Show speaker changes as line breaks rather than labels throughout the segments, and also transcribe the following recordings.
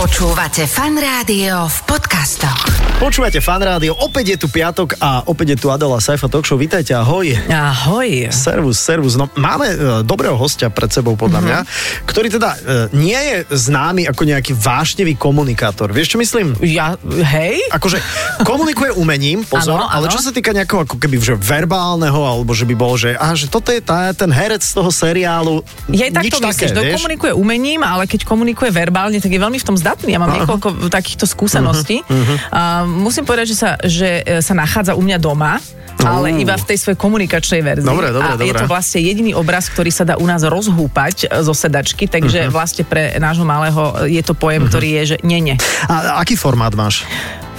Počúvate fan rádio v podcastoch.
Počúvate fan rádio, opäť je tu piatok a opäť je tu Adela Saifa Talk Show. Vítajte, ahoj.
Ahoj.
Servus, servus. No, máme e, dobrého hostia pred sebou, podľa mňa,
Mhm.
ktorý teda e, nie je známy ako nejaký vášnevý komunikátor. Vieš, čo myslím?
Ja, hej?
Akože komunikuje umením, pozor,
Áno,
ano, ale
áno.
čo sa týka nejakého ako keby že verbálneho, alebo že by bolo, že, a, že toto je tá, ten herec z toho seriálu,
Ja
nič
takto
také,
myslíš, no,
vieš?
komunikuje umením, ale keď komunikuje verbálne, tak je veľmi v tom zdatný. Ja mám niekoľko takýchto
Mhm,
skúseností. A musím povedať, že sa, že e, sa nachádza u mňa doma, ale
Uú.
iba v tej svojej komunikačnej verzii.
Dobre, dobre,
a je
dobre.
to vlastne jediný obraz, ktorý sa dá u nás rozhúpať e, zo sedačky,
Mhm.
takže vlastne pre nášho malého e, je to pojem, ktorý je, že nie, nie.
A aký formát máš?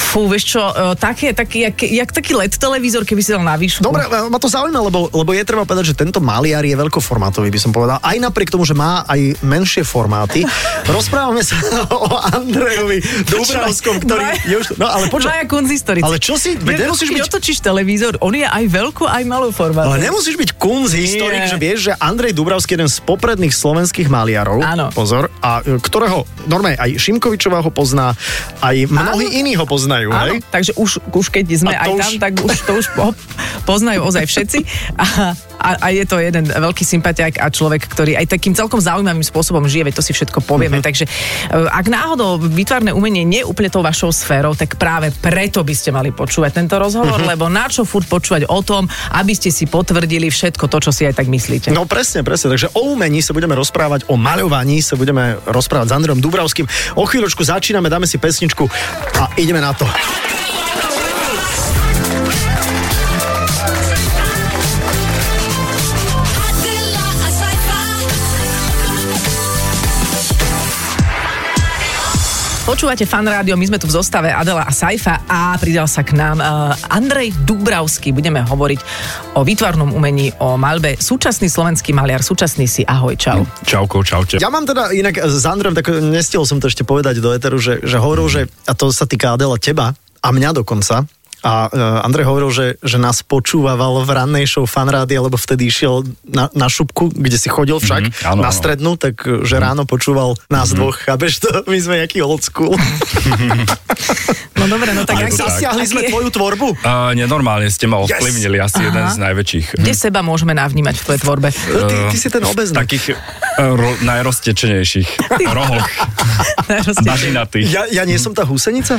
Fú, vieš čo, e, také, taký, jak, jak taký LED televízor, keby si dal na výšku.
Dobre, ma to zaujíma, lebo, lebo je treba povedať, že tento maliar je veľkoformátový, by som povedal. Aj napriek tomu, že má aj menšie formáty. Rozprávame sa o Andrejovi Dubravskom, ktorý...
Maja-
je už, no ale počkaj,
Maja Kunzistorici.
Ale čo si- veď nemusíš
keď
byť-
otočíš televízor, on je aj veľko, aj malou formátu.
ale nemusíš byť kunz historik,
Nie.
že vieš, že Andrej Dubravský je jeden z popredných slovenských maliarov.
Áno.
Pozor. A e, ktorého, normálne, aj Šimkovičová ho pozná, aj mnohí
Áno.
iní ho poznajú, hej?
Áno, takže už, už keď sme
A
aj
to
tam,
už-
tak už to už po, poznajú ozaj všetci. A, a, a je to jeden veľký sympatiák a človek, ktorý aj takým celkom zaujímavým spôsobom žije, veď to si všetko
Mhm.
povieme. Takže e, ak náhodou výtvarné umenie nie je úplne tou vašou sférou, tak práve preto by ste mali počúvať tento rozhovor,
Mhm.
lebo na čo furt počúvať o tom, aby ste si potvrdili všetko to, čo si aj tak myslíte.
No presne, presne. Takže o umení sa budeme rozprávať, o maľovaní sa budeme rozprávať s Andrejom Dubravským. O chvíľočku začíname, dáme si pesničku a ideme na to.
Adela Asaifa.
Počúvate fan rádio, my sme tu v zostave Adela a Saifa a pridal sa k nám uh, Andrej Dubravský. Budeme hovoriť o výtvarnom umení, o malbe. Súčasný slovenský maliar, súčasný si. Ahoj, čau.
Čauko, čaute.
Ja mám teda inak s Andrejom, tak nestihol som to ešte povedať do Eteru, že, že hovoril, že, a to sa týka Adela teba a mňa dokonca, a uh, Andrej hovoril, že, že nás počúvaval v rannej show fanrádia, lebo vtedy išiel na, na šupku, kde si chodil však
Mhm, áno, Mhm.
na
áno.
strednú, tak e, že ráno počúval nás dvoch. Chápeš to? My sme nejaký old school.
No dobre, no tak
Je
ak
to tak.
Zasiahli
aký
sme
je-
tvoju tvorbu.
Uh, nenormálne ste ma
Yes.
ovplyvnili, asi
Aha.
jeden z najväčších.
Kde seba môžeme navnímať v tvojej
No,
tvorbe?
E,
ty, ty si ten
Z
obeznak.
takých uh, ro- najroztečenejších rohoch, bažinatých.
Ja, ja nie som tá húsenica?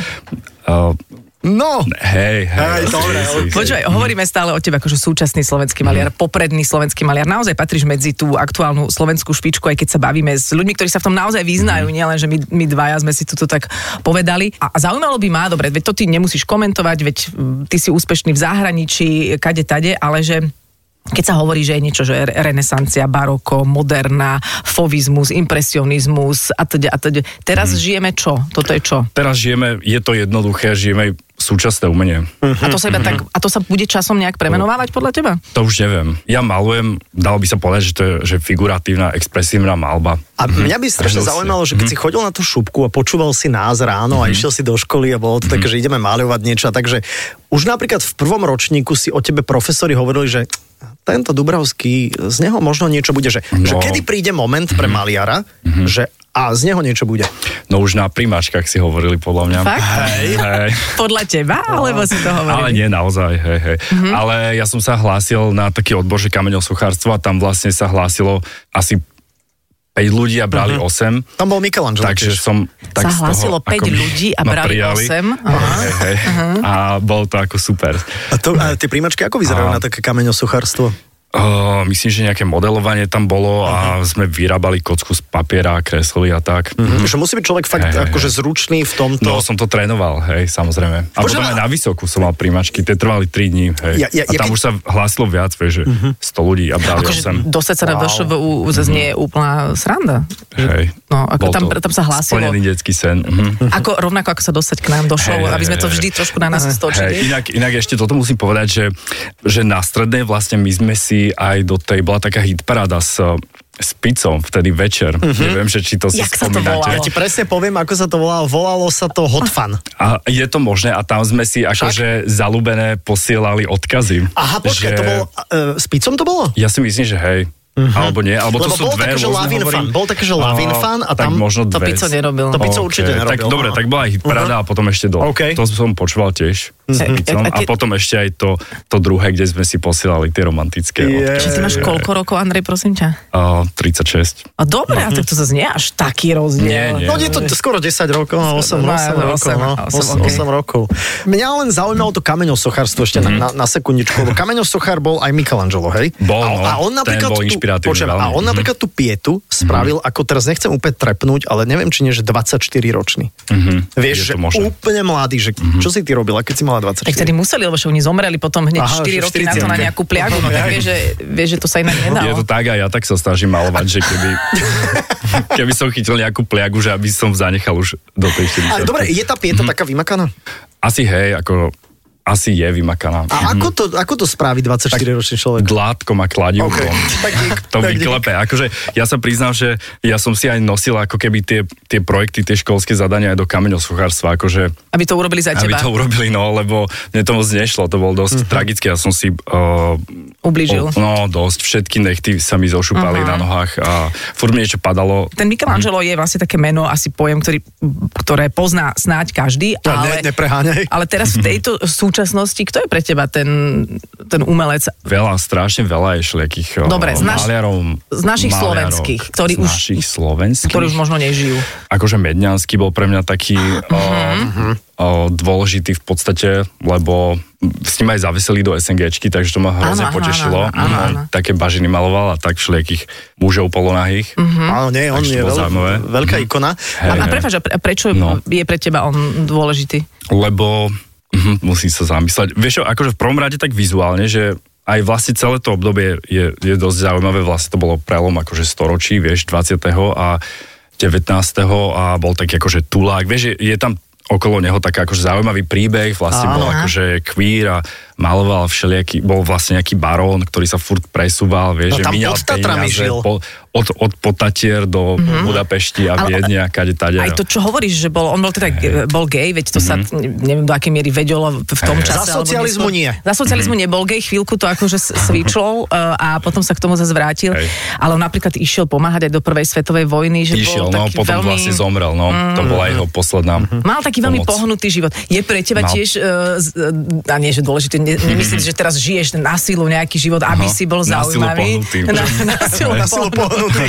Uh,
No!
hej, hej.
Aj,
si,
dobre,
si,
ok.
si.
Počúvaj, hovoríme stále o tebe akože súčasný slovenský maliar, popredný slovenský maliar. Naozaj patríš medzi tú aktuálnu slovenskú špičku, aj keď sa bavíme s ľuďmi, ktorí sa v tom naozaj vyznajú, nielen, že my, my dvaja sme si toto tak povedali. A, a zaujímalo by ma, dobre, veď to ty nemusíš komentovať, veď mm, ty si úspešný v zahraničí, kade tade, ale že keď sa hovorí, že je niečo, že re- renesancia, baroko, moderná, fovizmus, impresionizmus a teda, a teda. Teraz žijeme čo? Toto je čo?
Teraz žijeme, je to jednoduché, žijeme súčasné umenie.
Hm.
A to, sa iba tak, a to sa bude časom nejak premenovávať podľa teba?
To už neviem. Ja malujem, dalo by sa povedať, že to je že figuratívna, expresívna malba.
A mňa
Mhm.
by strašne
Každou si.
zaujímalo, že
Mhm.
keď si chodil na tú šupku a počúval si nás ráno a išiel si do školy a bolo to
Mhm.
také, že ideme maľovať niečo. a Takže už napríklad v prvom ročníku si o tebe profesori hovorili, že tento Dubravský, z neho možno niečo bude. Že, že
No. Mhm.
kedy príde moment pre maliara, že a z neho niečo bude.
No už na primáčkach si hovorili, podľa mňa.
Fakt?
Hej, hej.
Podľa teba, alebo si to hovorili?
Ale nie, naozaj, hej, hej.
Mhm.
Mm-hmm. Ale ja som sa hlásil na taký odbor, že kameňov suchárstvo a tam vlastne sa hlásilo asi 5 ľudí a brali mm-hmm. 8.
Tam bol Michelangelo.
Takže
tiež.
som... Tak
Mhm. Sa
z toho,
hlásilo päť
akoby
ľudí a
ma
brali
prijali.
osem. Aha. Mhm.
Hej, hej. A bolo to ako super.
A, to, a tie príjmačky ako vyzerajú
A-
na také kameňosuchárstvo?
Uh, myslím, že nejaké modelovanie tam bolo a sme vyrábali kocku z papiera, kreslili a tak.
Mhm.
Mm-hmm. Že musí byť človek fakt
Mhm. Hej, hej,
akože zručný v tomto.
No, som to trénoval, hej, samozrejme. A
Počúva-
potom aj na vysokú som mal príjmačky, tie trvali 3 dní,
Ja-
hej.
Mhm. ja-
a
ja
tam
keď-
už sa hlásilo viac, vieš, že 100 ľudí a brali
Akože
8.
dostať sa na
Wow.
VŠVU
Mhm.
zase nie je úplná sranda.
Hej.
No, ako
Bol
tam,
to
tam sa hlásilo.
Splnený detský sen. Mhm.
Ako, rovnako ako sa dostať k nám do show,
Hej,
aby sme to
hej,
vždy
hej.
trošku na nás
Hej,
stočili.
inak, inak ešte toto musím povedať, že, že na strednej vlastne my sme si aj do tej, bola taká hitparáda s, s pizzom vtedy večer. Neviem, že či to si
Mhm. Jak sa to
spomínate.
Ja ti presne poviem, ako sa to volalo. Volalo sa to Hot Fun.
A je to možné a tam sme si akože zalúbené posielali odkazy.
Aha, počkaj,
že-
to bolo... Uh, s pizzom to bolo?
Ja si myslím, že hej.
Mhm.
Alebo nie, alebo
Lebo
to sú
bol
dve
taký, že
rôzne
Lavin
hovorím.
fan, bol taký, že Lavin
A,
fan a
tak
tam-
možno
To
dve.
Pico nerobil.
To Pico
Ok,
určite nerobil,
Tak
no.
dobre, tak bola aj Prada a potom ešte dole.
Ok.
To som počúval tiež. S
Mhm.
Picom.
A
A
ty-
potom ešte aj to, to druhé, kde sme si posielali tie
Je.
romantické odkazy.
Čiže ty máš koľko rokov, Andrej, prosím ťa?
A, 36.
A dobre, a tak to zase nie je až taký rozdiel.
Mhm. Nie, nie.
No je to t- skoro 10 rokov, no, 8,
no,
8,
no,
rokov,
osem,
no,
osem,
8, 8,
ok.
rokov. Mňa len zaujímalo to kameňosochárstvo ešte
Mhm.
mm-hmm. na, na, na sekundičku, lebo kameňosochár bol aj Michelangelo, hej?
Bol, no.
a, a on
Ten
napríklad
bol
tú,
inšpiratívny
počujem, a
veľmi.
on
Mhm.
napríklad tú pietu spravil, ako teraz nechcem úplne trepnúť, ale neviem, či nie, že 24 ročný. Vieš,
Mhm. Je
že
to možné. Mhm.
úplne mladý, že čo si ty robila, keď si mala 24?
Tak tedy museli, lebo že oni zomreli potom hneď
Aha,
4
že
roky na
40,
to na
ok.
nejakú pliagu, no tak vieš, že, vieš, že to sa inak
No.
no.
Je
nedalo.
No, to tak a ja tak sa snažím malovať, že keby, keby som chytil nejakú pliagu, že aby som zanechal už do tej 40.
Ale dobre, je tá pieta taká vymakaná?
Asi hej, ako asi je vymakaná.
A ako to, ako to spraví 24-ročný človek?
Dlátkom a kladivkom.
Ok. Tak dík,
to
tak dík.
vyklepe. Akože ja sa priznám, že ja som si aj nosil ako keby tie, tie projekty, tie školské zadania aj do kameňosuchárstva, akože
Aby to urobili za
aby
teba.
to urobili, no, lebo mne to moc nešlo, to bol dosť
Mhm.
tragické, ja som si... Uh,
Ublížil.
no, dosť, všetky nechty sa mi zošupali na nohách a furt mi niečo padalo.
Ten Michelangelo je vlastne také meno, asi pojem, ktorý, ktoré pozná snáď každý,
Ja,
ale,
ne- nepreháňaj.
ale teraz v tejto súčasnosti, kto je pre teba ten, ten umelec?
Veľa, strašne veľa je šliakých
Dobre, z naš-
maliarov.
z našich
maliarok,
slovenských, ktorí
z
už-
našich slovenských.
ktorí už možno nežijú.
Akože Medňanský bol pre mňa taký o,
Mhm.
o, dôležitý v podstate, lebo s ním aj zaveseli do SNGčky, takže to ma hrozne
Áno, áno,
potešilo.
áno, áno,
On
áno.
Také bažiny maloval a tak všelijakých mužov polonahých.
Mhm.
Hm? Áno, nie, on
Takže to
je
bolo
veľ,
zaujímavé.
veľká ikona.
A, a
Hej.
prepáč, a pre- a prečo
No.
je pre teba on dôležitý?
lebo mhm, musím sa zamyslieť. Vieš, čo, akože v prvom rade tak vizuálne, že aj vlastne celé to obdobie je, je dosť zaujímavé, vlastne to bolo prelom akože storočí, vieš, 20. a 19. a bol taký akože tulák, vieš, je, je tam okolo neho taký akože zaujímavý príbeh, vlastne bol
Áno.
akože queer a maloval všelijaký, bol vlastne nejaký barón, ktorý sa furt presúval, vieš,
No
že
tam
míňal
pod Tatrami
peniaze
žil. Mhm.
po, od, od Potatier do Budapešti a Viedne a kade tade.
Aj to, čo hovoríš, že bol, on bol teda bol gej, veď to sa,
Mhm.
t- neviem do akej miery vedelo v v tom
Za
čase. alebo
socializmu
neskôr.
nie.
Za socializmu
Mhm.
nebol gej, chvíľku to akože s- svičol eh, a potom sa k tomu zase vrátil.
Hej.
Ale on napríklad išiel pomáhať aj do prvej svetovej vojny, že bol
Išiel, no,
taký
potom
veľmi...
vlastne zomrel, no. To bola jeho posledná
Mal taký veľmi
Pomoc.
pohnutý život. Je pre teba
Mal.
tiež, uh, a nie, že dôležité, ne, nemyslím, si, že teraz žiješ na silu nejaký život, aby
Aha.
si bol
Na silu
zaujímavý.
pohnutý.
na, silu
Na silu pohnutý.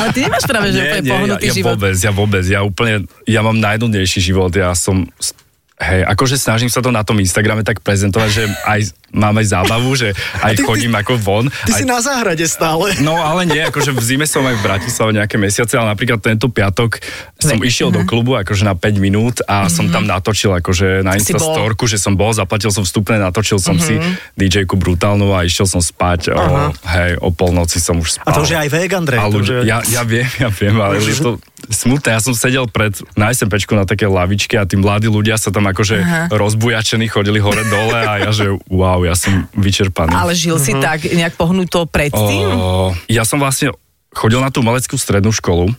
Ale ty nemáš práve, že to je pohnutý
ja, ja
život.
vôbec, ja vôbec, ja úplne, ja mám najnudnejší život, ja som, s- hej, akože snažím sa to na tom Instagrame tak prezentovať, že aj mám aj zábavu, že aj
ty-
chodím ako von.
Ty
aj,
si na záhrade stále.
No ale nie, akože v zime som aj v Bratislave nejaké mesiace, ale napríklad tento piatok som išiel
Mhm.
do klubu akože na 5 minút a som tam natočil akože na
Si
Instastorku, že som bol, zaplatil som vstupné, natočil som si
Mhm.
DJ-ku brutálnu a išiel som spať, o, hej, o polnoci som už
A
spal.
to už je aj vek, Andrej.
A
to už
ľudia,
je-
ja, ja viem, ja viem, ale je to smutné. Ja som sedel pred na SMPčku na také lavičke a tí mladí ľudia sa tam akože
Aha.
rozbujačení chodili hore-dole a ja že wow, ja som vyčerpaný.
Ale žil si
Mhm.
tak nejak pohnuto predtým?
O, ja som vlastne chodil na tú maleckú strednú školu,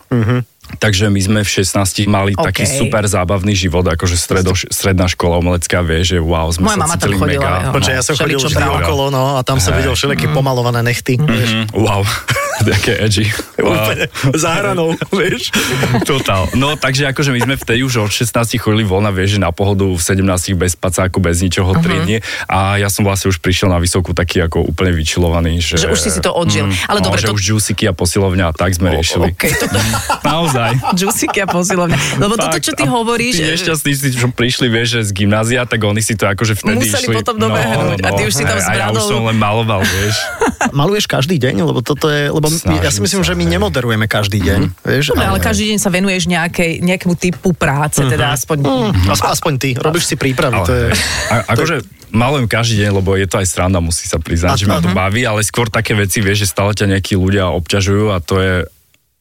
takže my sme v 16 mali
Mhm. OK.
taký super zábavný život, akože stredo, stredná škola umelecká vie, že wow, sme
Moja
sa
mama tam
cítili
chodila,
mega.
jo.
no.
Počkaj, ja som chodil
Všeličo
vždy
brala.
okolo, no, a tam som videl všelijaké pomalované nechty. vieš.
Mm, Wow, také edgy.
Úplne za hranou, vieš.
Total. No takže akože my sme vtedy už od 16 chodili von a vieš, že na pohodu v 17 bez pacáku, bez ničoho uh-huh.
Mhm.
3 dní a ja som vlastne už prišiel na vysokú taký ako úplne vyčilovaný, že...
Že už si si to odžil. Ale
no,
dobre,
že
to-
už juiciky a posilovňa a tak sme riešili.
OK, toto
Naozaj.
džusiky a posilovne. Lebo No, toto,
Fakt.
čo ty
A
hovoríš, eh,
Tí nešťastní, si, čo prišli, vieš, že z gymnázia, tak oni si to akože vtedy
Museli
išli. no,
potom dobehnúť a ty už si tam
a,
s
a ja už
bradou.
som len maloval, vieš.
Maluješ každý deň, lebo toto je, lebo my, ja si
Snažím
myslím,
sa,
že my
hej. Mhm.
nemoderujeme každý deň, vieš.
Dobre, no, ale každý deň sa venuješ nejakej, nejakému typu práce,
Mhm.
teda aspoň...
Aspoň, aspoň ty, robíš si prípravy, to je...
Ale, a, akože malujem každý deň, lebo je to aj sranda, musí sa
A-
priznať, že ma to baví, ale skôr také veci, vieš, že stále ťa nejakí ľudia obťažujú a to je...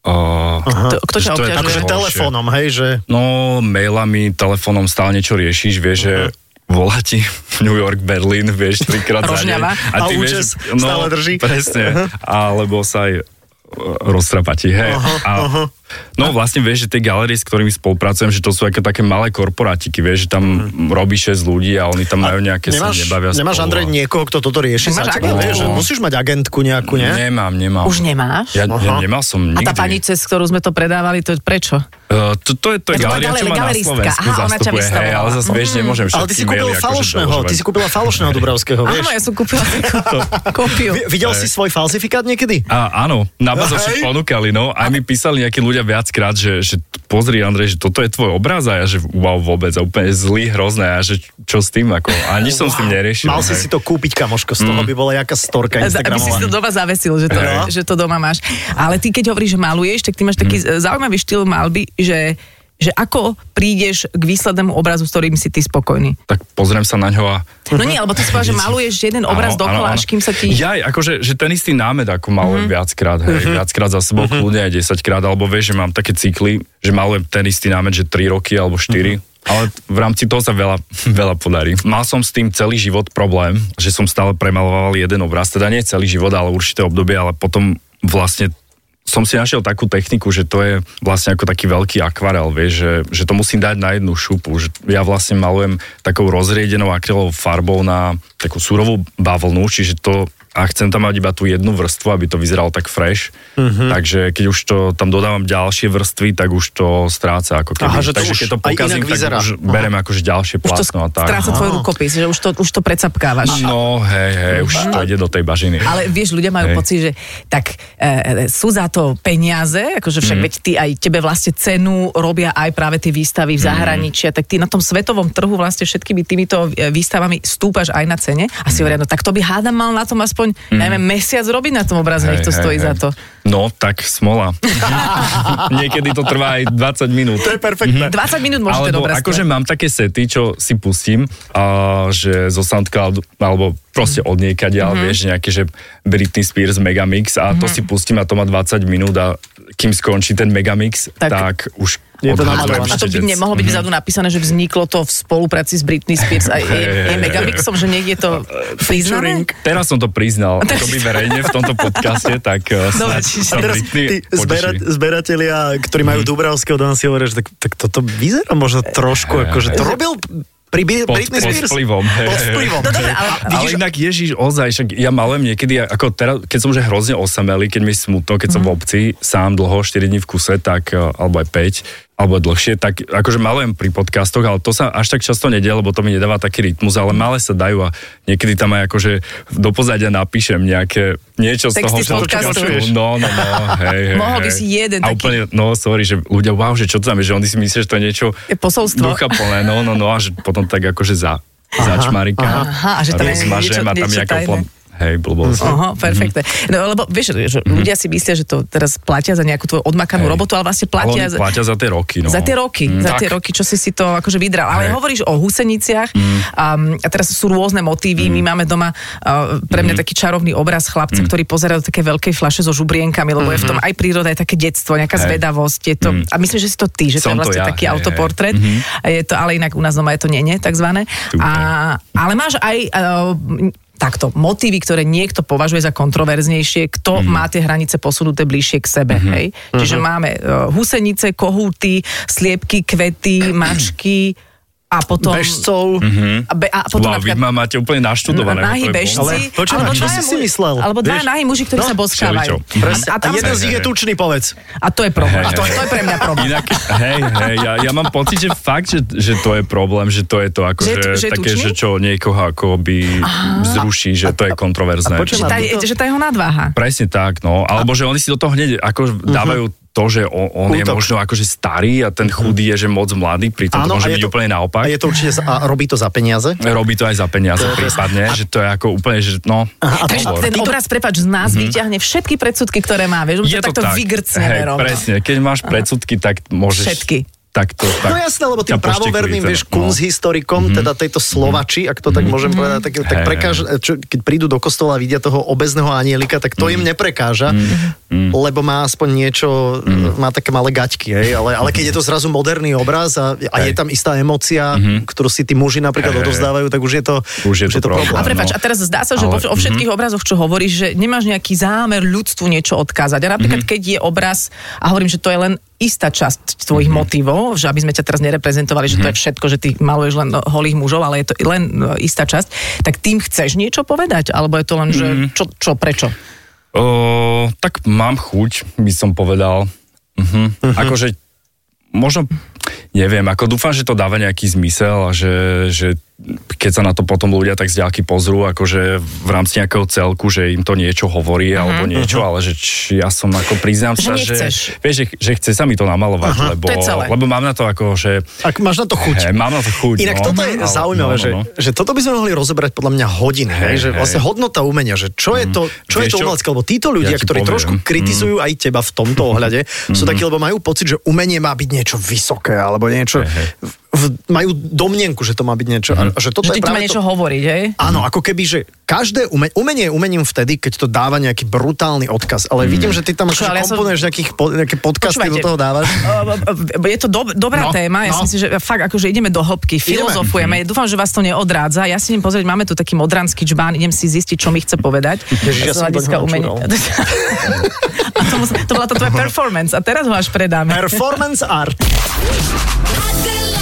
Uh,
To, kto ťa
Že to je
obťažuje?
Akože
horšie.
telefónom, hej, že...
No, mailami, telefónom stále niečo riešiš, vieš, že
Mhm.
volá ti New York, Berlín, vieš, trikrát za deň.
Rožňava.
A účes
no,
stále drží. Mhm.
Presne. Alebo sa aj e, roztrapati, hej.
Aha,
a
aha.
No vlastne vieš, že tie galerie, s ktorými spolupracujem, že to sú ako také malé korporátiky, vieš, že tam mm. robí 6 ľudí a oni tam majú nejaké,
Mhm. nemáš,
sa nebavia
nemáš
spolu
Andrej,
a-
niekoho, kto toto rieši
Nemáš
za teba,
agentku?
vieš, že musíš mať agentku nejakú, nie?
Nemám, nemám.
Už nemáš?
Ja, ja
Aha.
nemal
A
som nikdy.
tá pani, cez ktorú sme to predávali, to prečo?
Uh, to, to je to
Ja to
je galeria,
povedala,
čo ma na
galeristka.
Slovensku
Aha, ona ťa
zastupuje. Hej,
vystavovala.
ale zase vieš, nemôžem všetky
Mhm. Ale ty si kúpil
maily akože
falošného, ty
doložovať.
si kúpila falošného Dubravského, vieš?
Áno, ja som kúpila takú kópiu.
Vi- Videl si svoj falzifikát niekedy?
A, áno, na bazoši
Hej.
ponúkali, no. Aj mi písali nejakí ľudia viackrát, že, že pozri, Andrej, že toto je tvoj obraz a ja, že wow, vôbec, a úplne zlý, hrozné, a že čo s tým, ako, a nič som s tým neriešil.
Mal si
hej. Mm.
si to kúpiť, kamoško, z toho by bola jaká storka
Aby si si
Instagramová.
to doma zavesil, že to,
No.
že to doma máš. Ale ty, keď hovoríš, že maluješ, tak ty máš taký e,
Mhm.
zaujímavý štýl malby, že, že ako prídeš k výslednému obrazu, s ktorým si ty spokojný.
Tak pozriem sa na ňo a...
No nie, lebo ty si povedal, že maluješ jeden obraz
Áno, áno,
dokola,
áno.
až kým sa ti... Mhm.
Jaj, akože, že ten istý námed, ako malujem viackrát, hej, viackrát za sebou, kľudne aj 10 krát, alebo vieš, že mám také cykly, že malujem ten istý námed, že 3 roky alebo
Mhm.
4. Ale v rámci toho sa veľa, veľa podarí. Mal som s tým celý život problém, že som stále premaloval jeden obraz, teda nie celý život, ale určité obdobie, ale potom vlastne som si našiel takú techniku, že to je vlastne ako taký veľký akvarel, vieš, že, že to musím dať na jednu šupu. Že ja vlastne malujem takou rozriedenou akrylovou farbou na takú surovú bavlnu, čiže to a chcem tam mať iba tú jednu vrstvu, aby to vyzeralo tak fresh.
Mhm.
Takže keď už to tam dodávam ďalšie vrstvy, tak už to stráca ako keby.
Aha, že to
Takže
už
keď to
aj inak
pokazím, tak
vyzerá.
už berem akože ďalšie
Už to
plátno a tak.
stráca tvoj rukopis, že už to, už to precapkávaš.
No hej, hej, už to
Mhm.
ide do tej bažiny.
Ale vieš, ľudia majú
Hej.
pocit, že tak e, sú za to peniaze, akože
Mhm.
však veď ty aj tebe vlastne cenu robia aj práve tie výstavy
Mhm.
v zahraničí, a tak ty na tom svetovom trhu vlastne všetkými týmito e, výstavami stúpaš aj na cene a
Mhm.
si hovoria, no tak to by hádam mal na tom aspoň, najmä mesiac robiť na tom obraze, nech to
Hej,
stojí
hej,
za
hej.
to.
No, tak smola. Niekedy to trvá aj 20 minút.
To je
Mhm.
perfektné.
20 minút môže ten
Alebo
obraz
akože mám také sety, čo si pustím, a, že zo Soundcloud, alebo proste od niekaď,
Mhm.
ale vieš, nejaké, že Britney Spears Megamix a to si pustím a to má 20 minút a kým skončí ten Megamix,
Tak.
tak, tak už
Je to
odhadzujem
namalované.
A to by
štedec.
nemohlo byť vzadu napísané, že vzniklo to v spolupráci s Britney Spears a je, je Megamixom, že niekde je to priznané?
Teraz som to priznal, to by verejne v tomto podcaste, tak eh,
Dobre,
snáď
čiže
sa
Teraz
Britney
tí zbera,
poteší. Mhm.
zberatelia, ktorí majú Dubravského, dám si hovoria, že tak, tak toto vyzerá možno trošku, akože to robil pri Bi-
Pod-
Britney
pod
Spears.
vplyvom, hej,
Pod
hej, hej.
vplyvom.
No dobre, ale,
Ale inak Ježiš, ozaj, však ja malujem niekedy, ako teraz, keď som už hrozne osamelý, keď mi je smutno, keď
Mhm.
som v obci, sám dlho, 4 dní v kuse, tak, eh, alebo aj 5, alebo dlhšie, tak akože malujem pri podcastoch, ale to sa až tak často nedie, lebo to mi nedáva taký rytmus, ale malé sa dajú a niekedy tam aj akože do pozadia napíšem nejaké, niečo z
Texty z
toho,
podcastu.
počujem. No, no, no, hej, hej,
Mohol by
hej.
si jeden
a
taký-
úplne, no, sorry, že ľudia, wow, že čo to tam je, že oni si myslia, že to je niečo
Je posolstvo.
ducha plné, no, no, no, a že potom tak akože za, začmarika.
Aha, a že tam je
rozmažem
niečo-
a tam
niečo
nejaká
tajné.
plom... Hej, blbosť.
Aha, perfektné.
Mhm.
No lebo vieš, že ľudia si myslia, že to teraz platia za nejakú tvoju odmakanú
Hej.
robotu, ale vlastne
Ale
platia,
oni
za-
platia za tie roky, no.
za tie roky,
Mm,
za
tak.
tie roky, čo si si to akože vydral. Ale
Hej. Mhm.
hovoríš o huseniciach um, a teraz sú rôzne motívy. My máme doma uh, pre
Mhm.
mňa taký čarovný obraz chlapca, ktorý pozera do také veľkej flaše so žubrienkami, lebo je v tom aj príroda, aj také detstvo, nejaká
Mhm. Hej. Mhm.
zvedavosť. Je to, A myslím, že si to ty, že to je
Som to
vlastne
ja,
taký
hej, hej.
autoportrét. A Je to, ale inak u nás doma je to nene, takzvané.
Super.
A, ale máš aj... Uh, takto, motívy, ktoré niekto považuje za kontroverznejšie,
Mhm.
kto má tie hranice posunuté bližšie k sebe. Hej? Čiže máme uh, husenice, kohúty, sliepky, kvety, mačky a potom...
Bežcov.
A, be, a potom
Wow, vy ma máte úplne naštudované. no
nahí
to je
bežci,
bomba.
Ale počúvaj, čo si
dvaja
si
mu-
myslel?
Alebo dva
Vieš?
nahí muži, ktorí
No,
sa boskávajú.
všeličo.
Presne. A,
tam
jeden
sme-
z nich je tučný, povedz.
a to je problém.
Hej,
A to,
hej.
to je pre mňa problém.
Inak, hej, hej, ja, ja mám pocit, že fakt, že, že to je problém, že to je to ako,
Že
že,
je tu- že
že
je
také,
tučný?
že čo niekoho ako by vzruší, že to je kontroverzné.
počujem,
Že tá, je- že tá jeho nadváha.
Presne tak, no. Alebo že oni si do toho hneď ako dávajú to, že on, on je
Útok.
možno akože starý a ten chudý je, že moc mladý, pritom to
Áno,
môže
a je
byť
to-
úplne
A
naopak.
je to určite, za- a robí to za peniaze?
Robí to aj za peniaze prípadne, že to je ako úplne, že no.
a
hovor.
Takže ten obraz, prepač, z nás vyťahne všetky predsudky, ktoré má. Vieš, že
Mhm. je
to takto vygrcne
Hej,
rovno.
presne, keď máš predsudky, tak môžeš...
Všetky.
Tak to,
No
tak,
jasné, lebo tým
ťa teda, no. poštekli
pravoverným,
ten-
vieš, kunsthistorikom, mm-hmm. teda tejto Slovači, ak to tak môžem povedať, tak, tak
Mhm. Hej,
prekáž, čo, keď prídu do kostola a vidia toho obezného anielika, tak
Mhm.
to im neprekáža, lebo má aspoň niečo,
Mhm.
má také malé gaťky, hej, ale, ale keď je to zrazu moderný obraz a, a je
Hej. Mhm.
tam istá emocia, ktorú si tí muži napríklad
Hej, hej,
odovzdávajú, tak už je to,
Už je to problém.
A prepač,
No. Mhm.
a teraz zdá sa, že
Ale-
ale, o všetkých obrazoch, čo
Mhm.
hovoríš, že nemáš nejaký zámer ľudstvu niečo odkázať. A napríklad, keď je obraz, a hovorím, že to je len istá časť tvojich mm-hmm.
Mhm.
motivov, že aby sme ťa teraz nereprezentovali, že mm-hmm. to je všetko, že ty maluješ len holých mužov, ale je to len e, istá časť, tak tým chceš niečo povedať? Alebo je to len, že
Mhm.
čo, čo prečo?
O, tak mám chuť, by som povedal. Mhm. Akože možno, neviem, ako dúfam, že to dáva nejaký zmysel a že, že keď sa na to potom ľudia tak z ďalky pozrú, akože v rámci nejakého celku, že im to niečo hovorí
Mhm,
alebo niečo, ale že či ja som ako
Že
priznám sa, že,
nechceš.
vieš, že, že chce sa mi to namalovať, lebo,
to je celé.
lebo mám na to ako, že
Ak máš na to
Hej,
chuť.
mám na to chuť.
Inak
no,
toto je
ale-
zaujímavé,
no,
že,
no.
že toto by sme mohli rozobrať podľa mňa hodiny, hej,
Hej,
že
hej. Mhm.
vlastne hodnota umenia, že čo je to, čo je
Vieš
to
čo?
umelecká, lebo títo ľudia,
Ja ti
ktorí
poviem. Mhm.
trošku kritizujú aj teba v tomto ohľade, sú takí, lebo majú pocit, že umenie má byť niečo vysoké, alebo niečo,
Hej, Mhm. hej.
v, majú domnenku, že to má byť niečo, a, a že toto je
Že ti to
práve
má
to,
niečo hovoriť, hej?
Áno, ako keby, že každé ume- umenie je umením vtedy, keď to dáva nejaký brutálny odkaz.
Mhm.
Ale vidím, že ty tam akože
Čo, ale ja som-
komponuješ nejakých po- nejaké podcasty,
Počúvajte.
do toho dávaš.
Uh, Je to dob- dobrá
No,
téma,
no.
ja si myslím, že fakt akože ideme do hĺbky, filozofujeme, dúfam, že vás to neodrádza. Ja si idem pozrieť, máme tu taký modranský čbán, idem si zistiť, čo mi chce povedať.
Ježiš, ja
Z
som
hľadiska
to
umenia. A to, mus- to bola tá tvoja performance a teraz ho až predáme.
Performance art.
Adela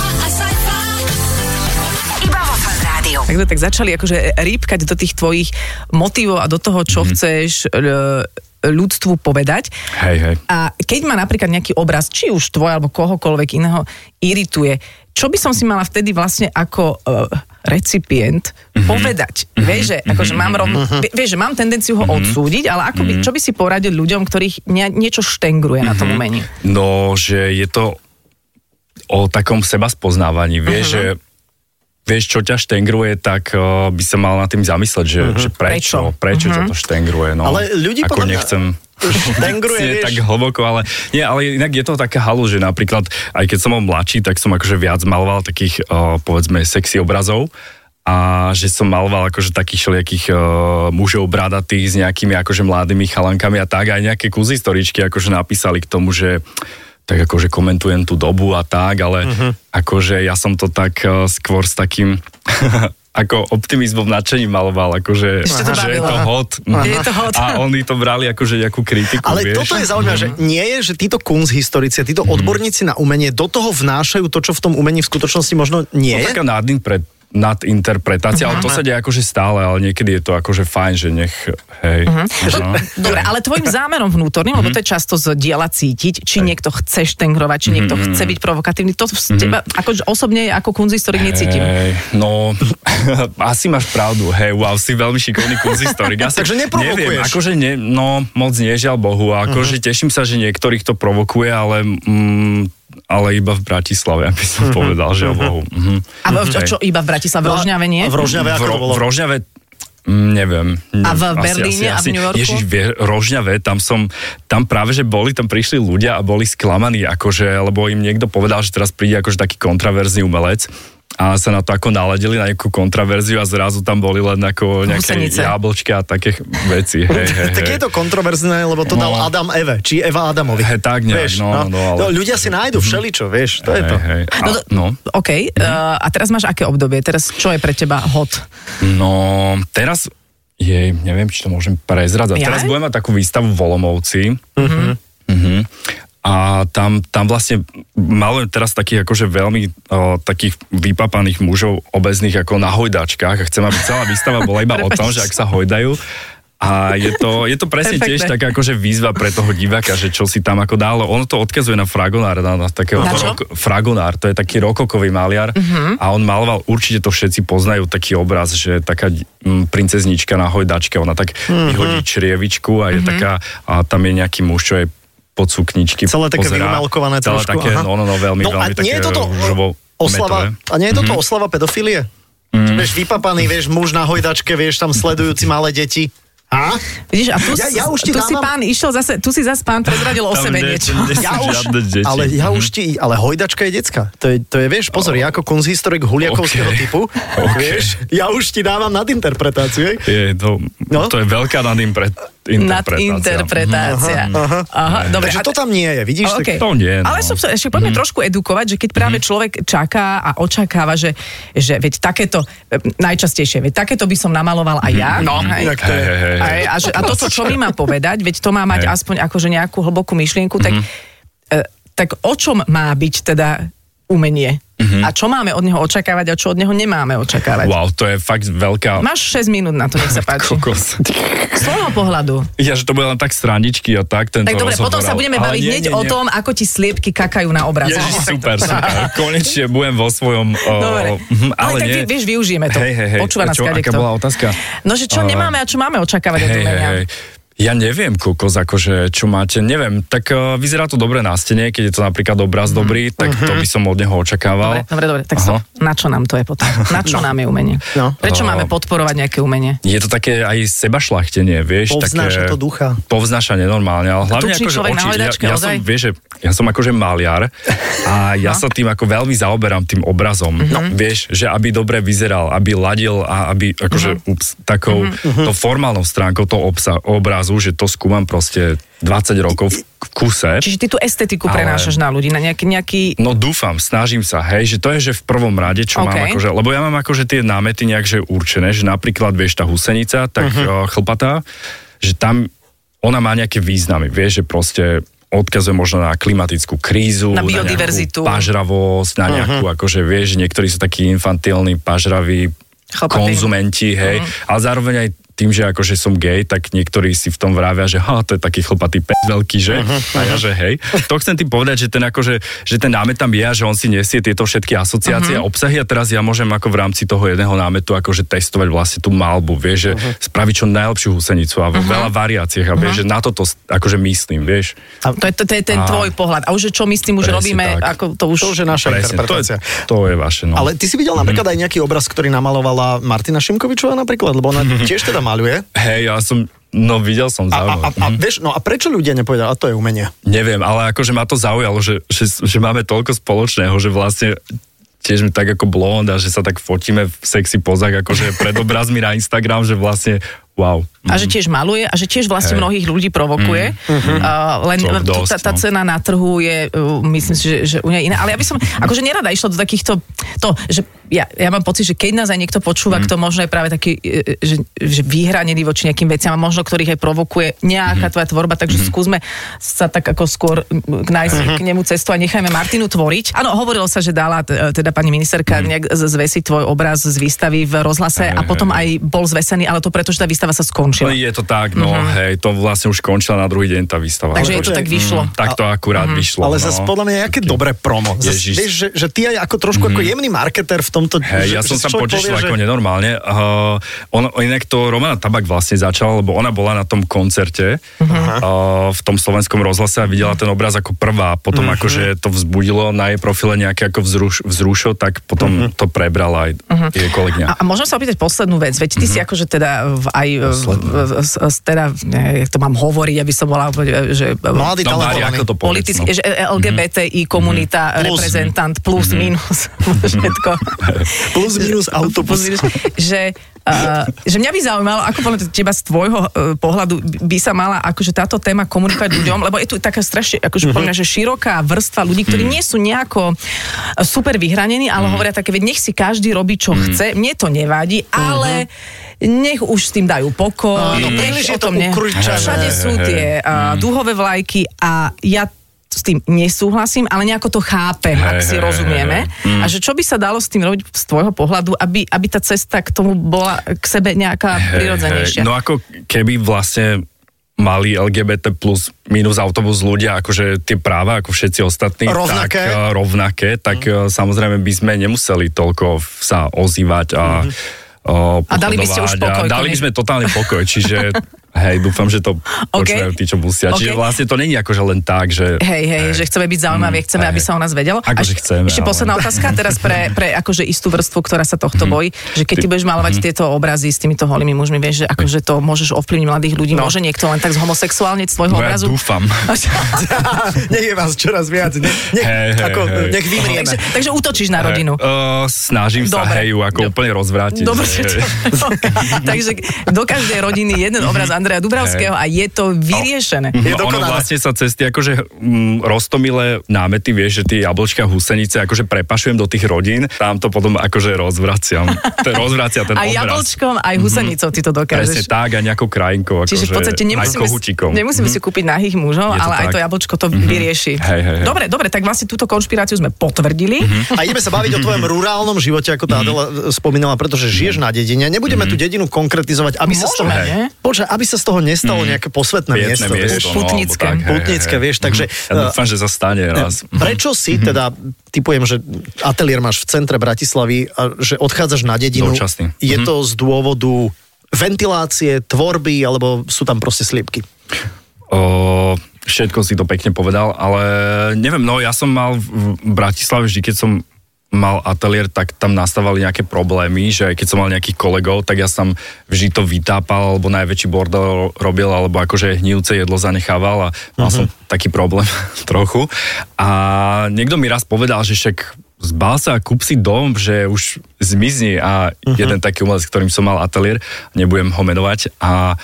Iba vo Fan Rádiu.
Takže tak začali akože rýpkať do tých tvojich motivov a do toho,
Mhm.
čo chceš e, ľudstvu povedať.
Hej, hej.
A keď ma napríklad nejaký obraz, či už tvoj alebo kohokoľvek iného, irituje, čo by som si mala vtedy vlastne ako uh, recipient
Mhm.
povedať? Vieš, že, akože mám rovno, vie- vieš, že mám tendenciu
Mhm.
ho odsúdiť, ale ako by, čo by si poradil ľuďom, ktorých ne, niečo štengruje na tom umení?
No, že je to o takom seba spoznávaní. Vieš, uh-huh. že vieš, čo ťa štengruje, tak uh, by sa mal nad tým zamysleť, že, uh-huh. že prečo, prečo uh-huh. ťa to štengruje. No,
Ale ľudí
ako
podľa mňa
nechcem
štengruje,
ísť
vieš.
tak hlboko, ale nie, ale inak je to taká halu, že napríklad, aj keď som bol mladší, tak som akože viac maloval takých, uh, povedzme, sexy obrazov a že som maloval akože takých všelijakých uh, mužov bradatých s nejakými akože mladými chalankami a tak, aj nejaké kuzy storičky akože napísali k tomu, že tak akože komentujem tú dobu a tak, ale uh-huh.
Mhm.
akože ja som to tak uh, skôr s takým ako optimizmom, nadšením maloval, akože,
Ešte to
že je
bavilo.
to hot. Mhm.
Je to hot.
A oni to brali akože nejakú kritiku,
Ale
vieš? Mhm.
toto je zaujímavé, že nie je, že títo kunsthistorici, títo odborníci na umenie do toho vnášajú to, čo v tom umení v skutočnosti možno nie
To
je.
taká nadinpre- nadinterpretácia, ale to sa deje akože stále, ale niekedy je to akože fajn, že nech, hej. No.
Dobre, ale tvojim zámerom vnútorným, lebo to je často z diela cítiť, či niekto chce štengrovať, či niekto chce byť provokatívny, to z teba, akože osobne ako kunzistorik necítim.
Hej, no, asi máš pravdu. Hej, wow, si veľmi šikovný kunzistorik. Asi,
Takže neprovokuješ.
Neviem, akože ne, no, moc nie, žiaľ Bohu. A Akože uh-huh. teším sa, že niektorých to provokuje, ale, mm, ale iba v Bratislave, aby som povedal, žiaľ Bohu. Uh-huh.
A v- čo, čo iba v Bratislave, v Rožňave nie?
V Rožňave ako
v,
to
Ro-
bolo?
v Rožňave mm, neviem.
A v
Asi,
Berlíne a v New Yorku?
Ježiš, vie, Rožňave, tam som, tam práve, že boli, tam prišli ľudia a boli sklamaní, akože, lebo im niekto povedal, že teraz príde akože taký kontraverzný umelec a sa na to ako naladili na nejakú kontraverziu a zrazu tam boli len ako nejaké
Husenice.
jablčka a také ch- veci. Hej, hej,
Tak
hej.
je to kontroverzné, lebo to dal
No.
Adam Eve, či Eva Adamovi.
Hej, tak nejak,
vieš,
no, no, ale-
Ľudia si nájdu všeličo, vieš, to je
Hej,
to.
hej. A,
No, to-
no.
OK, uh, a teraz máš aké obdobie? Teraz čo je pre teba hot?
no, teraz, jej, neviem, či to môžem prezradzať.
Ja?
Teraz budem mať takú výstavu v Olomovci. Mhm. A tam, tam vlastne malujem teraz takých akože veľmi o, takých vypapaných mužov obezných ako na hojdačkách a chcem, aby celá výstava bola iba o tom, že ak sa hojdajú. A je to, je to presne
Perfektné.
tiež taká akože výzva pre toho diváka, že čo si tam ako dá, ale ono to odkazuje na Fragonár, na, na takého
Na čo?
Fragonár, to je taký rokokový maliar
Mhm.
a on maloval, určite to všetci poznajú taký obraz, že taká mm, princeznička na hojdačke, ona tak
Mhm.
vyhodí črievičku a je taká, a tam je nejaký muž, čo je pod sukničky
Celé také
pozerá.
vymalkované
Celé
trošku.
také,
aha.
no, no, no, veľmi,
no,
veľmi
a nie
také Mhm.
je toto
rúžovo
oslava,
metové.
A nie je toto oslava pedofilie?
Mhm.
Vieš, vypapaný, vieš, muž na hojdačke, vieš, tam sledujúci malé deti. A?
Vidíš, a tu,
Ja-
s-
ja už ti
tu si
dávam-
pán išiel zase, tu si zase pán prezradil o
Tam
sebe
nie-
niečo.
nie sú žiadne deti.
ale ja už ti, ale hojdačka je decka. To je, to je vieš, pozor, ja ako kunsthistorik huliakovského
Ok.
typu,
Ok.
vieš, ja už ti dávam nadinterpretáciu. hej.
Je to,
No.
no? to je veľká nadinpre- interpretácia.
Nadinterpretácia. Aha, dobre.
Takže
a-
to tam nie je, vidíš? Tak,
OK.
To nie, no. Mhm.
Ale som sa, ešte poďme trošku edukovať, že keď práve človek čaká a očakáva, že, že veď takéto, e, najčastejšie, veď takéto by som namaloval aj
Mhm.
ja. No,
inak to je.
Hej, hej, hej.
Aj, a, že, a toto, čo mi má povedať, veď to má mať
Hej. Mhm.
aspoň akože nejakú hlbokú myšlienku, tak e, tak o čom má byť teda umenie? Mm-hmm. A čo máme od neho očakávať a čo od neho nemáme očakávať?
Mhm. Wow, to je fakt veľká...
Máš 6 minút na to, nech sa páči.
Kokos.
Z tvojho pohľadu.
Ja, že to bude len tak straničky a tak. Tento
Tak dobre,
rozhovor,
potom sa
ale-
budeme
ale
baviť
nie,
hneď
nie,
o
nie.
tom, ako ti sliepky kakajú na obraze.
Ježiš, super, super. Konečne budem vo svojom... O,
Dobre.
mhm,
Ale
ale
tak
nie.
vy- vieš, využijeme to.
Hej, hej, hej.
Počúva nás
čo,
kadekto.
aká bola otázka?
No, že čo
A-
nemáme a čo máme očakávať od
Hej, hej,
umenia?
hej. Ja neviem, kokos, akože čo máte, neviem. Tak uh, vyzerá to dobre na stene, keď je to napríklad obraz dobrý, tak to by som od neho
Dobre,
očakával.
Mhm. dobre, dobre, tak stop.
Aha.
Na čo nám to je potom? Na čo nám je umenie?
No.
Prečo
No.
máme podporovať nejaké umenie?
Je to také aj sebašlachtenie, vieš.
Povznáša
také,
to ducha.
Povznáša nenormálne, ale hlavne
tučný
akože
človek na
oči. Ja,
hojdačke,
ja,
ozaj? No.
som, vieš, že ja som akože maliar a ja sa tým ako veľmi zaoberám tým obrazom.
Mhm.
No. Vieš, že aby dobre vyzeral, aby ladil a aby akože
Mhm.
ups, takou to formálnou stránkou toho obsa, obrazu, že to skúmam proste 20 rokov v v kuse.
Čiže ty tú estetiku
Ale-
prenášaš na ľudí, na nejaký, nejaký
No dúfam, snažím sa, hej, že to je, že v prvom rade, čo mám
OK.
akože, lebo ja mám akože tie námety nejak, že určené, že napríklad, vieš, tá husenica, tak
Mhm.
uh-huh. chlpatá, že tam ona má nejaké významy, vieš, že proste odkazuje možno na klimatickú krízu,
Na
nejakú
biodiverzitu.
pažravosť, na nejakú, uh-huh. akože vieš, niektorí sú takí infantilní, pažraví,
Chlpatí.
konzumenti, hej, uh-huh. ale zároveň aj tým, že akože som gay, tak niektorí si v tom vravia, že ha, to je taký chlpatý p*** veľký, že? A ja, že hej. To chcem tým povedať, že ten akože, že ten námet tam je a že on si nesie tieto všetky asociácie a obsahy a teraz ja môžem ako v rámci toho jedného námetu akože testovať vlastne tú malbu, vieš, že spraviť čo najlepšiu husenicu a vo veľa variáciách a vieš, že na toto s- akože myslím, vieš.
To je, to, to je ten
Á.
tvoj pohľad. A už že čo my s tým už
Presne
robíme,
tak.
ako to už...
To už je naša
Presne, to je,
interpretácia.
to je vaše, no.
Ale ty si videl napríklad aj nejaký obraz, ktorý namalovala Martina Šimkovičová napríklad, lebo ona
Mhm.
tiež teda maluje.
Hej, ja som, no videl som
A, a, a,
zaujímavé.
a, vieš, no a prečo ľudia nepovedia, a to je umenie?
Neviem, ale akože ma to zaujalo, že, že, že máme toľko spoločného, že vlastne tiež sme tak ako blond a že sa tak fotíme v sexy pozách, akože pred obrazmi na Instagram, že vlastne wow.
A že tiež maluje a že tiež vlastne
Hej. Mhm.
mnohých ľudí provokuje. Uh, len
To
to,
dosť,
tá, tá
no.
cena na trhu je, uh, myslím si, že, že u nej iná. Ale ja by som akože nerada išla do takýchto, to, že ja, ja mám pocit, že keď nás aj niekto
Mhm.
počúva, kto možno je práve taký, e, že, že vyhranený voči nejakým veciam a možno ktorých aj provokuje
Mhm.
nejaká tvoja tvorba, takže skúsme sa tak ako skôr mm, k, nájsť
Mhm.
k nemu cestu a nechajme Martinu tvoriť. Áno, hovorilo sa, že dala t- teda pani ministerka nejak z- zvesiť tvoj obraz z výstavy v rozhlase a
Mhm. Hej,
potom
hej.
aj bol zvesený, ale to preto, že tá výstava sa
No
skončila.
je to tak, no hej, to vlastne už končila na druhý deň tá výstava.
Mhm.
Mm,
Takže je to
počkaj,
tak vyšlo. Mhm.
Tak to akurát vyšlo.
Ale
no.
zase podľa mňa, aké dobré promo. Zas,
Ježiš. Mhm.
vieš, že, že ty aj ako trošku ako jemný marketer v tomto... že-
Hej, ja
že
som
si
sa
človek
potešil
povie,
ako
že-
nenormálne. Uh, on, inak to Romana Tabak vlastne začala, lebo ona bola na tom koncerte
Mhm.
uh, v tom slovenskom rozhlase a videla ten obraz ako prvá. Potom
Mhm.
akože to vzbudilo na jej profile nejaké ako vzruš, vzrušo,
Mhm.
tak potom to prebrala aj jej
A,
kolegyňa.
a môžem sa opýtať poslednú vec, veď ty
Mhm.
si akože teda v, aj, v, v, s- s- teda, ne, jak to mám hovoriť, aby som bola, e, že
Mladý,
No, Mária,
talentovaný.
ako to povedz,
politicky,
no.
že e, LGBTI
Mhm.
komunita,
Plus. Mhm.
reprezentant, plus, minus, všetko.
Plus, minus, autobus.
Plus, minus, že, uh, že mňa by zaujímalo, ako podľa teba z tvojho uh, pohľadu by sa mala akože táto téma komunikovať ľuďom, lebo je tu taká strašne,
Mhm.
akože podľa mňa, že široká vrstva ľudí, ktorí nie sú nejako eh, super vyhranení,
Mhm.
ale hovoria také, veď nech si každý robí, čo chce, mne to nevadí, ale nech už s tým dajú pokoj.
Áno,
nech
príliš je
o tom
to
ne-
ukrúčané.
Všade sú
Hej, hej, hej.
tie a
Mm.
dúhové vlajky a ja s tým nesúhlasím, ale nejako to chápem,
Hej,
ak si
hej,
rozumieme.
hej,
A že čo by sa dalo s tým robiť z tvojho pohľadu, aby, aby tá cesta k tomu bola k sebe nejaká prirodzenejšia?
Hej, no ako keby vlastne mali LGBT plus minus autobus ľudia, akože tie práva ako všetci ostatní,
Rovnaké.
tak, eh, rovnaké, tak eh, samozrejme by sme nemuseli toľko v- sa ozývať a eh,
A dali by ste už pokoj,
pochodovať A dali by
konečne.
sme totálny pokoj, čiže hej, dúfam, že to
OK.
počúvajú tí, čo musia.
OK.
Čiže vlastne to není akože len tak, že...
Hej, hej, že chceme byť zaujímaví,
Mm,
chceme,
hej.
aby sa o nás vedelo. A ešte-
Akože chceme,
Ešte
ale-
posledná otázka teraz pre, pre akože istú vrstvu, ktorá sa tohto
Mhm.
bojí, že keď ty budeš malovať tieto obrazy s týmito holými mužmi, vieš, že akože to môžeš ovplyvniť mladých ľudí, môže niekto len tak z homosexuálne z tvojho
No ja
obrazu.
dúfam.
nech je vás čoraz viac. Nech, nech,
Hej, hej,
ako,
hej.
nech vymrieme.
takže, takže útočíš na rodinu.
Eh, snažím sa,
Dobre.
hej, ju ako úplne rozvrátiť.
Dobre,
Hej,
že
hej.
to... Takže do každej rodiny jeden obraz a Andreja Dubravského a je to vyriešené.
Mhm,
Je
ono
dokonalé.
vlastne sa cez tie akože mm, rostomilé námety, vieš, že tie jablčka, húsenice akože prepašujem do tých rodín, tam to potom akože rozvraciam. To rozvracia ten
Aj
obraz. Mhm.
jablčkom, aj husenicou ty to
Presne
dokážeš.
tak a nejakou krajinkou. Akože,
Čiže v podstate
aj
nemusíme, si-
kohutikom.
nemusíme si kúpiť nahých mužov,
Je to
ale aj
tak. Mhm.
to jablčko to vyrieši.
Hej, hej, Mhm. hej.
Dobre, dobre, tak vlastne túto konšpiráciu sme potvrdili.
A ideme sa baviť o tvojom rurálnom živote, ako
Mhm.
tá Adela e, spomínala, pretože žiješ na dedine. Nebudeme tú dedinu konkretizovať, aby sa z toho,
Môžeme, nie?
Počkaj, aby sa z toho nestalo nejaké posvetné
Mhm. Pietné
miesto. vieš.
miesto, no, alebo
Putnické.
tak, hej, hej,
Putnické,
hej. Mhm.
vieš, takže, eh,
Ja dúfam, že sa stane raz.
e,
Mhm.
Prečo si teda, typujem, že ateliér máš v centre Bratislavy a že odchádzaš na dedinu,
Dočasný. Mhm.
je to z dôvodu ventilácie, tvorby, alebo sú tam proste sliepky?
O, všetko si to pekne povedal, ale neviem, no ja som mal v v Bratislave vždy, keď som mal ateliér, tak tam nastávali nejaké problémy, že aj keď som mal nejakých kolegov, tak ja som vždy to vytápal, alebo najväčší bordel robil, alebo akože hnívce jedlo zanechával a mal som taký problém trochu. A niekto mi raz povedal, že však zbal sa a kúp si dom, že už zmizni a jeden taký umelec, ktorým som mal ateliér, nebudem ho menovať a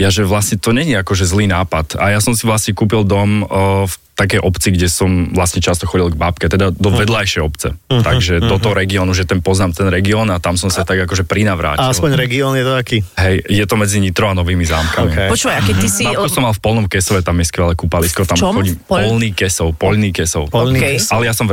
ja, že vlastne to není akože zlý nápad. A ja som si vlastne kúpil dom o, v takej obci, kde som vlastne často chodil k bábke, teda do
Hm.
vedľajšej obce. Takže do toho regiónu, že ten poznám ten región a tam som sa tak akože prinavrátil.
A aspoň región je to aký?
Hej, je to medzi Nitro a Novými zámkami.
OK.
Okay.
Počúvaj, a keď ty si...
Bábko som mal v Polnom Kesove, tam je skvelé kúpalisko, tam
V čom?
chodím.
V Pol-
Polný Kesov, Polný Kesov.
Polný
Okej.
Kesov.
Ale ja som v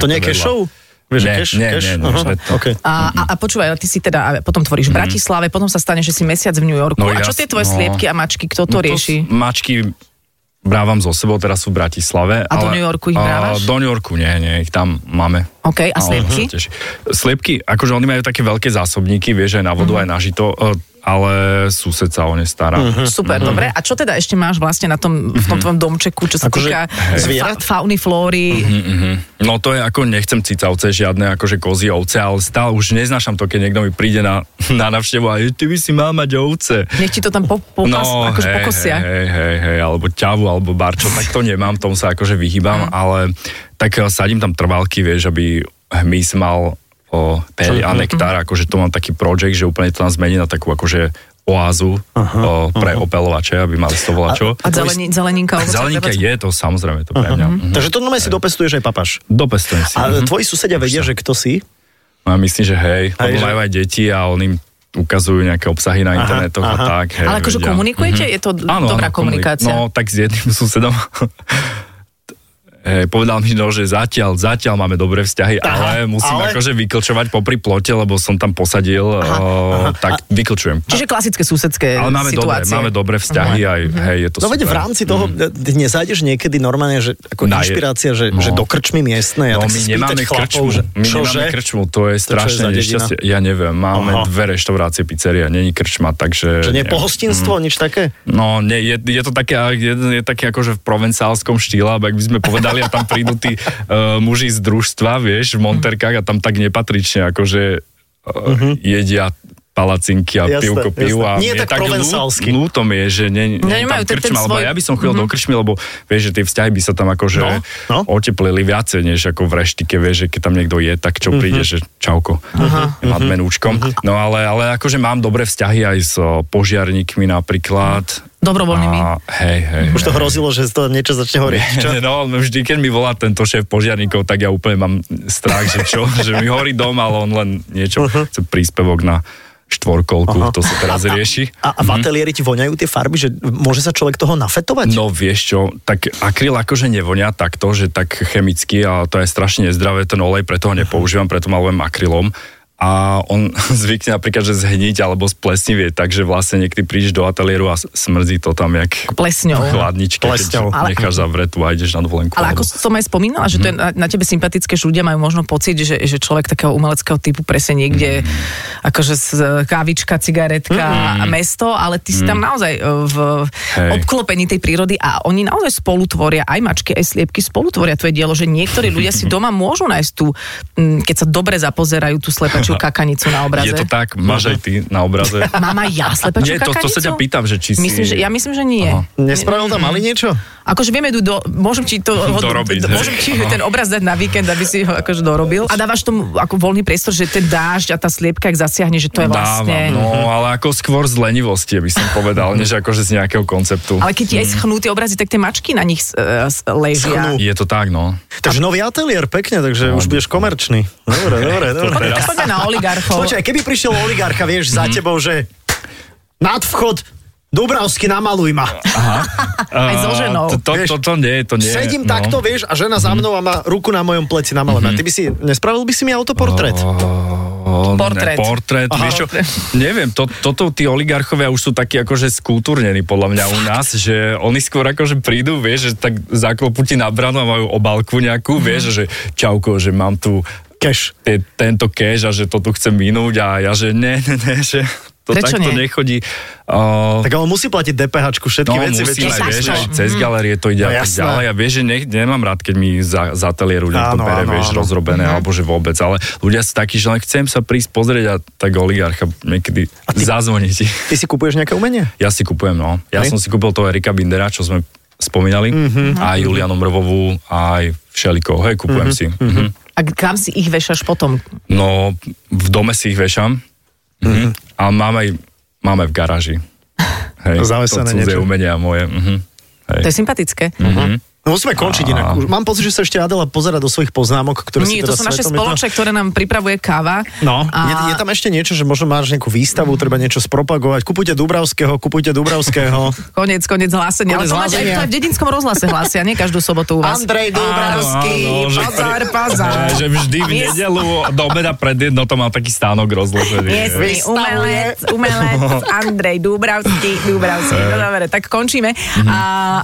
To
ako
nie je
vedľa.
kešov? Vieš, že
Nie,
keš,
nie,
keš?
nie, nie,
Aha,
že to-
okay.
A, a, a počúvaj, ale ty si teda, a potom tvoríš v Bratislave, potom sa stane, že si mesiac v New Yorku.
Mhm. No
a čo
jas-
tie tvoje
no.
sliepky a mačky, kto to
No
rieši?
s- Mačky brávam so sebou, teraz sú v Bratislave.
A do New Yorku ich
a,
brávaš?
do New Yorku nie, nie, ich tam máme.
OK, a sliepky?
Tiež. Sliepky, akože oni majú také veľké zásobníky, vieš, aj na vodu,
Mhm.
aj na žito, e, ale sused sa o ne stará.
Super,
mm-hmm.
dobre. A čo teda ešte máš vlastne na tom, v tom tvojom domčeku, čo sa
Akože,
týka
hej. zvierat?
fauny, flóry?
No to je ako, nechcem cicavce, žiadne akože kozy ovce, ale stále už neznášam to, keď niekto mi príde na, na navštevu a je, ty by si mal mať ovce.
Nech ti to tam po, po, no, akože
hej,
pokosia.
Hej, hej, hej, alebo ťavu, alebo barčo, tak to nemám, tomu sa akože vyhýbam, ale tak eh, sadím tam trvalky, vieš, aby hmyz mal o peľ a
Mhm.
nektár, akože to mám taký projekt, že úplne to tam zmení na takú akože oázu o, pre opelovače, aby mali z toho volačo.
A zeleni, zeleninka. ovoce,
Zeleninka
treba-
je to, samozrejme, to pre mňa. Mhm.
Takže to normálne si dopestuješ aj papaš.
Dopestujem si.
A tvoji susedia vedia, že kto si?
No ja myslím, že hej,
Hej,
lebo
že-
majú aj deti a on im ukazujú nejaké obsahy na internetoch a
aha.
tak. Hej, Mm-hmm.
Ale akože
vedia.
komunikujete? Je to dobrá
komunik-
komunikácia?
No, tak s jedným susedom Eh, povedal mi, no, že zatiaľ, zatiaľ máme dobré vzťahy,
Aha,
ale musím
ale-
akože vyklčovať popri plote, lebo som tam posadil, aha, No, tak vyklčujem.
Čiže klasické susedské
Ale máme dobré,
situácie.
máme dobré vzťahy aj, hej, je to
No veď
super. Mhm.
v rámci toho mm. nezájdeš niekedy normálne, že ako
Na-
inšpirácia, že,
no.
že do krčmy miestnej a tak
No my
sa spýtať
nemáme
chlapov,
krčmu,
že
my
čože?
nemáme krčmu, to je
To čo je za
strašné
dedina?
nešťastie. Ja neviem,
Aha.
máme dve reštaurácie, pizzeria, není krčma, takže...
Že nie
neviem.
pohostinstvo, nič také?
No, nie, je, je to také, je, je také akože v provencálskom štýle, ak by sme povedali, a tam prídu tí uh, muži z družstva, vieš, v monterkách a tam tak nepatrične akože uh, jedia palacinky a
Mhm. Jasné,
pivko pijú.
jasné.
A
Nie
mne
tak
ľú-
provencálsky.
Ľúto mi je, že nie, nie
No,
je
nemajú
tam
ten- ten
krčma, lebo
svoj-
ja by som chodil do krčmy, lebo vieš, že tie vzťahy by sa tam akože
Mhm. No, no.
oteplili viacej, než ako v reštike, vieš, že keď tam niekto je, tak
Mhm.
čo príde, že čauko, nad menúčkom. No ale, ale akože mám dobré vzťahy aj s o, požiarníkmi napríklad.
Dobrovoľnými.
A, hej, hej.
Už to hrozilo, že to niečo začne horieť. Čo?
No, vždy, keď mi volá tento šéf požiarníkov, tak ja úplne mám strach, že čo, že mi horí dom, ale on len niečo,
Mhm.
chce príspevok na štvorkolku, to sa teraz rieši.
A, a v ateliéri ti voňajú tie farby, že môže sa človek toho nafetovať?
No vieš čo, tak akryl akože nevonia takto, že tak chemicky a to je strašne nezdravé, ten olej, preto ho nepoužívam, preto malujem akrylom a on zvykne napríklad, že zhniť alebo splesnivie, takže vlastne niekedy prídeš do ateliéru a s- smrdí to tam jak
Plesňou.
chladničke,
Plesňou.
keď
Ale-
necháš zavretú a ideš na dovolenku.
Ale
alebo-
ako som aj spomínala, že to je
Mhm.
na, na tebe sympatické, že ľudia majú možno pocit, že, že človek takého umeleckého typu presne niekde
Mhm.
akože z, kávička, cigaretka, mesto, ale ty si tam naozaj e, v
Mhm. Hej.
obklopení tej prírody a oni naozaj spolu tvoria, aj mačky, aj sliepky spolu tvoria tvoje dielo, že niektorí ľudia si doma môžu nájsť tú, mm, keď sa dobre zapozerajú tú najväčšiu kakanicu na obraze?
Je to tak, máš aj ty na obraze.
Mám aj ja slepačú
Nie, to, to sa
kakanicu?
ťa pýtam, že či si...
Myslím, že, ja myslím, že nie.
Aha.
Nespravil
Mhm.
tam mali niečo?
Akože vieme, Edu, do, môžem ti to
Dorobiť,
do,
hej.
môžem ti
Aha.
ten obraz dať na víkend, aby si ho akože dorobil. A dávaš tomu ako voľný priestor, že ten dážď a tá sliepka, ak zasiahne, že to je vlastne...
Dávam, no, ale ako skôr z lenivosti, by som povedal, než akože z nejakého konceptu.
Ale keď ti aj schnú tie obrazy, tak tie mačky na nich uh, ležia.
Schnú.
Je to tak, no.
Takže nový ateliér, pekne, takže už budeš komerčný. Dobre, dobre, dobre.
Tak poďme na oligarchov.
Počkaj, keby prišiel oligarcha, vieš,
Mhm.
za tebou, že nad vchod Dubravsky namaluj ma.
Aj so ženou.
To, to,
Vieš,
to, to nie, to nie. no. Mhm.
Sedím takto, vieš, a žena za mnou a má ruku na mojom pleci namalená. Ty by si, nespravil by si mi autoportrét?
No. O,
Portrét.
Ne, no, portrét.
Aha.
Vieš čo, neviem, to, toto tí oligarchovia už sú takí akože skultúrnení podľa mňa u nás, že oni skôr akože prídu, vieš, že tak zaklopú ti na branu a majú
Mhm.
obálku nejakú, vieš, že čauko, že mám tu
Cash.
te, tento cash a že to tu chcem minúť a ja, že ne, ne, ne, že to
Prečo
takto
nie?
nechodí. O,
Tak ale musí platiť DPH, všetky veci.
musí
väčšinou.
aj,
Jasné.
No, vieš, aj cez galerie to ide
No
no, a tak
jasné.
ďalej. A vieš, že ne, nemám rád, keď mi za, za ateliéru niekto
Áno,
bere,
áno,
vieš,
áno. Mhm.
rozrobené, alebo že vôbec. Ale ľudia sú takí, že len chcem sa prísť pozrieť a tak oligarcha niekedy zazvoní ti.
Ty si kupuješ nejaké umenie?
Ja si kupujem, no. Ja
Hej. Mhm.
som si kúpil toho Erika Bindera, čo sme spomínali, aj Julianu Mrvovú, aj všelikoho. Hej, kupujem si. Mhm.
A kam si ich vešaš potom?
No, v dome si ich vešam. Mhm. A mám aj, mám aj v garáži. Hej,
Zavesené
to cudzie
niečo.
umenie a moje. Mhm. Hej.
To je sympatické.
Mhm.
No musíme končiť inak. Už mám pocit, že sa ešte Adela pozera do svojich poznámok, ktoré si teda
Nie, to
teraz
sú naše
svetom-
spoloček, ktoré nám pripravuje káva.
No, a... je,
a
je tam ešte niečo, že možno máš nejakú výstavu, treba niečo spropagovať. Kupujte Dubravského, kupujte Dubravského.
koniec, koniec hlásenia.
Koniec
Ale to máš aj,
hlásenia.
to aj v dedickom rozhlase hlásia, nie každú sobotu u vás.
Andrej
Áno, áno, že
Pozor,
pri-
pozor.
Že vždy v nedelu do obeda pred jedno to má taký stánok rozložený.
Jasný, umelec, umelec, Andrej Dúbravský, Dúbravský, no dobre, tak končíme.
Mhm.
A,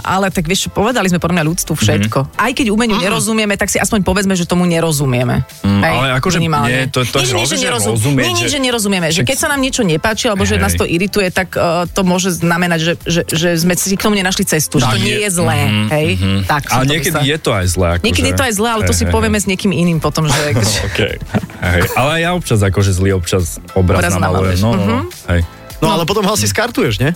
ale tak vieš, čo, povedali sme podľa mňa ľudstvu všetko. Aj keď umeniu nerozumieme, tak si aspoň povedzme, že tomu nerozumieme.
Mm,
Hej,
ale akože nie, to- to
nie, že nie, že
rozumiem,
nerozum-
rozumieť,
nie, nie,
že-
že nerozumieme. Že
Však-
keď sa nám niečo nepáči, alebo že
Hej.
nás to irituje, tak eh, to môže znamenať, že, že, že sme si k tomu nenašli cestu, že to
Tak.
nie je zlé.
Mhm,
Hej, tak. som
A
to
niekedy
myslela.
je to aj zlé. Akože.
Niekedy je to aj zlé, ale to
Hej,
si
hej.
povieme s niekým iným potom, že...
Okay. Hej. Ale aj ja občas akože zlý občas obraz,
Obraz
obraz
namaluješ.
namalujem.
Mhm.
No, no, no. Hej.
No ale potom ho asi
Hm.
skartuješ, nie?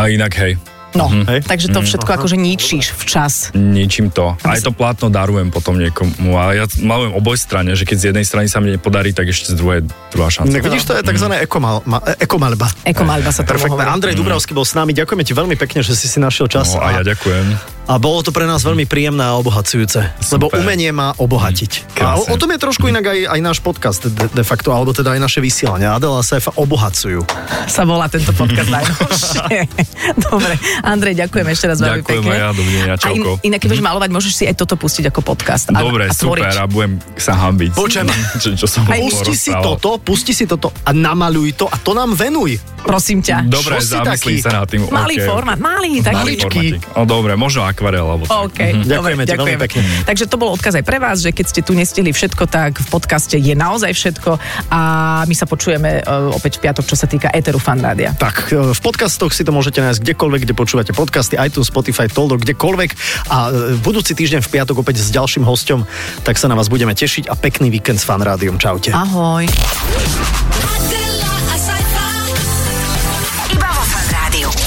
A inak hej,
No,
Mhm.
Hej.
takže to všetko akože ničíš včas.
ničím to. Aj to plátno darujem potom niekomu. A ja malujem oboj strane, že keď z jednej strany sa mi nepodarí, tak ešte z druhej druhá šanca.
Tak vidíš, to je tzv. ekomal- ma- e- ekomalba.
Hm. Ekomalba sa tomu
Perfektné.
hovorí. Hm.
Andrej Dubravský bol s nami. Ďakujeme ti veľmi pekne, že si si našiel čas.
No, a ja ďakujem.
a bolo to pre nás veľmi príjemné a obohacujúce. Super. Lebo umenie má obohatiť. A o,
Hm, Krásne. Hm.
o tom je trošku inak aj, aj náš podcast de, de facto, alebo teda aj naše vysielania. Adela a Sefa obohacujú.
Sa volá tento podcast najnovšie. Dobre, Andrej, ďakujem ešte raz veľmi
Ďakujem
pekne.
aj ja, dovidenia,
A in,
čauko.
inak, keď budeš malovať, môžeš si aj toto pustiť ako podcast. A,
Dobre,
a tvoriť.
super, a budem sa hambiť.
Počujem.
Čo, čo som
Aj-
Pusti si
porozprával.
toto, pusti si toto a namaluj to a to nám venuj.
Prosím ťa.
Dobre,
Čo si taký?
zamyslím sa nad tým.
Malý
OK.
format, malý, taký.
Malý formatík. O, dobre, možno akvarel, alebo tak.
OK,
Mhm. Ďakujeme ti
dobre,
veľmi pekne.
Takže to bol odkaz aj pre vás, že keď ste tu nestihli všetko, tak v podcaste je naozaj všetko a my sa počujeme e, opäť v piatok, čo sa týka Eteru Fan Rádia.
Tak, e, v podcastoch si to môžete nájsť kdekoľvek, kde počúvate podcasty, iTunes, Spotify, Toldo, kdekoľvek. A e, budúci týždeň v piatok opäť s ďalším hostom, tak sa na vás budeme tešiť a pekný víkend s Fanrádiom. Čaute.
Ahoj.
Adela,
Iba vo Fan Rádiu.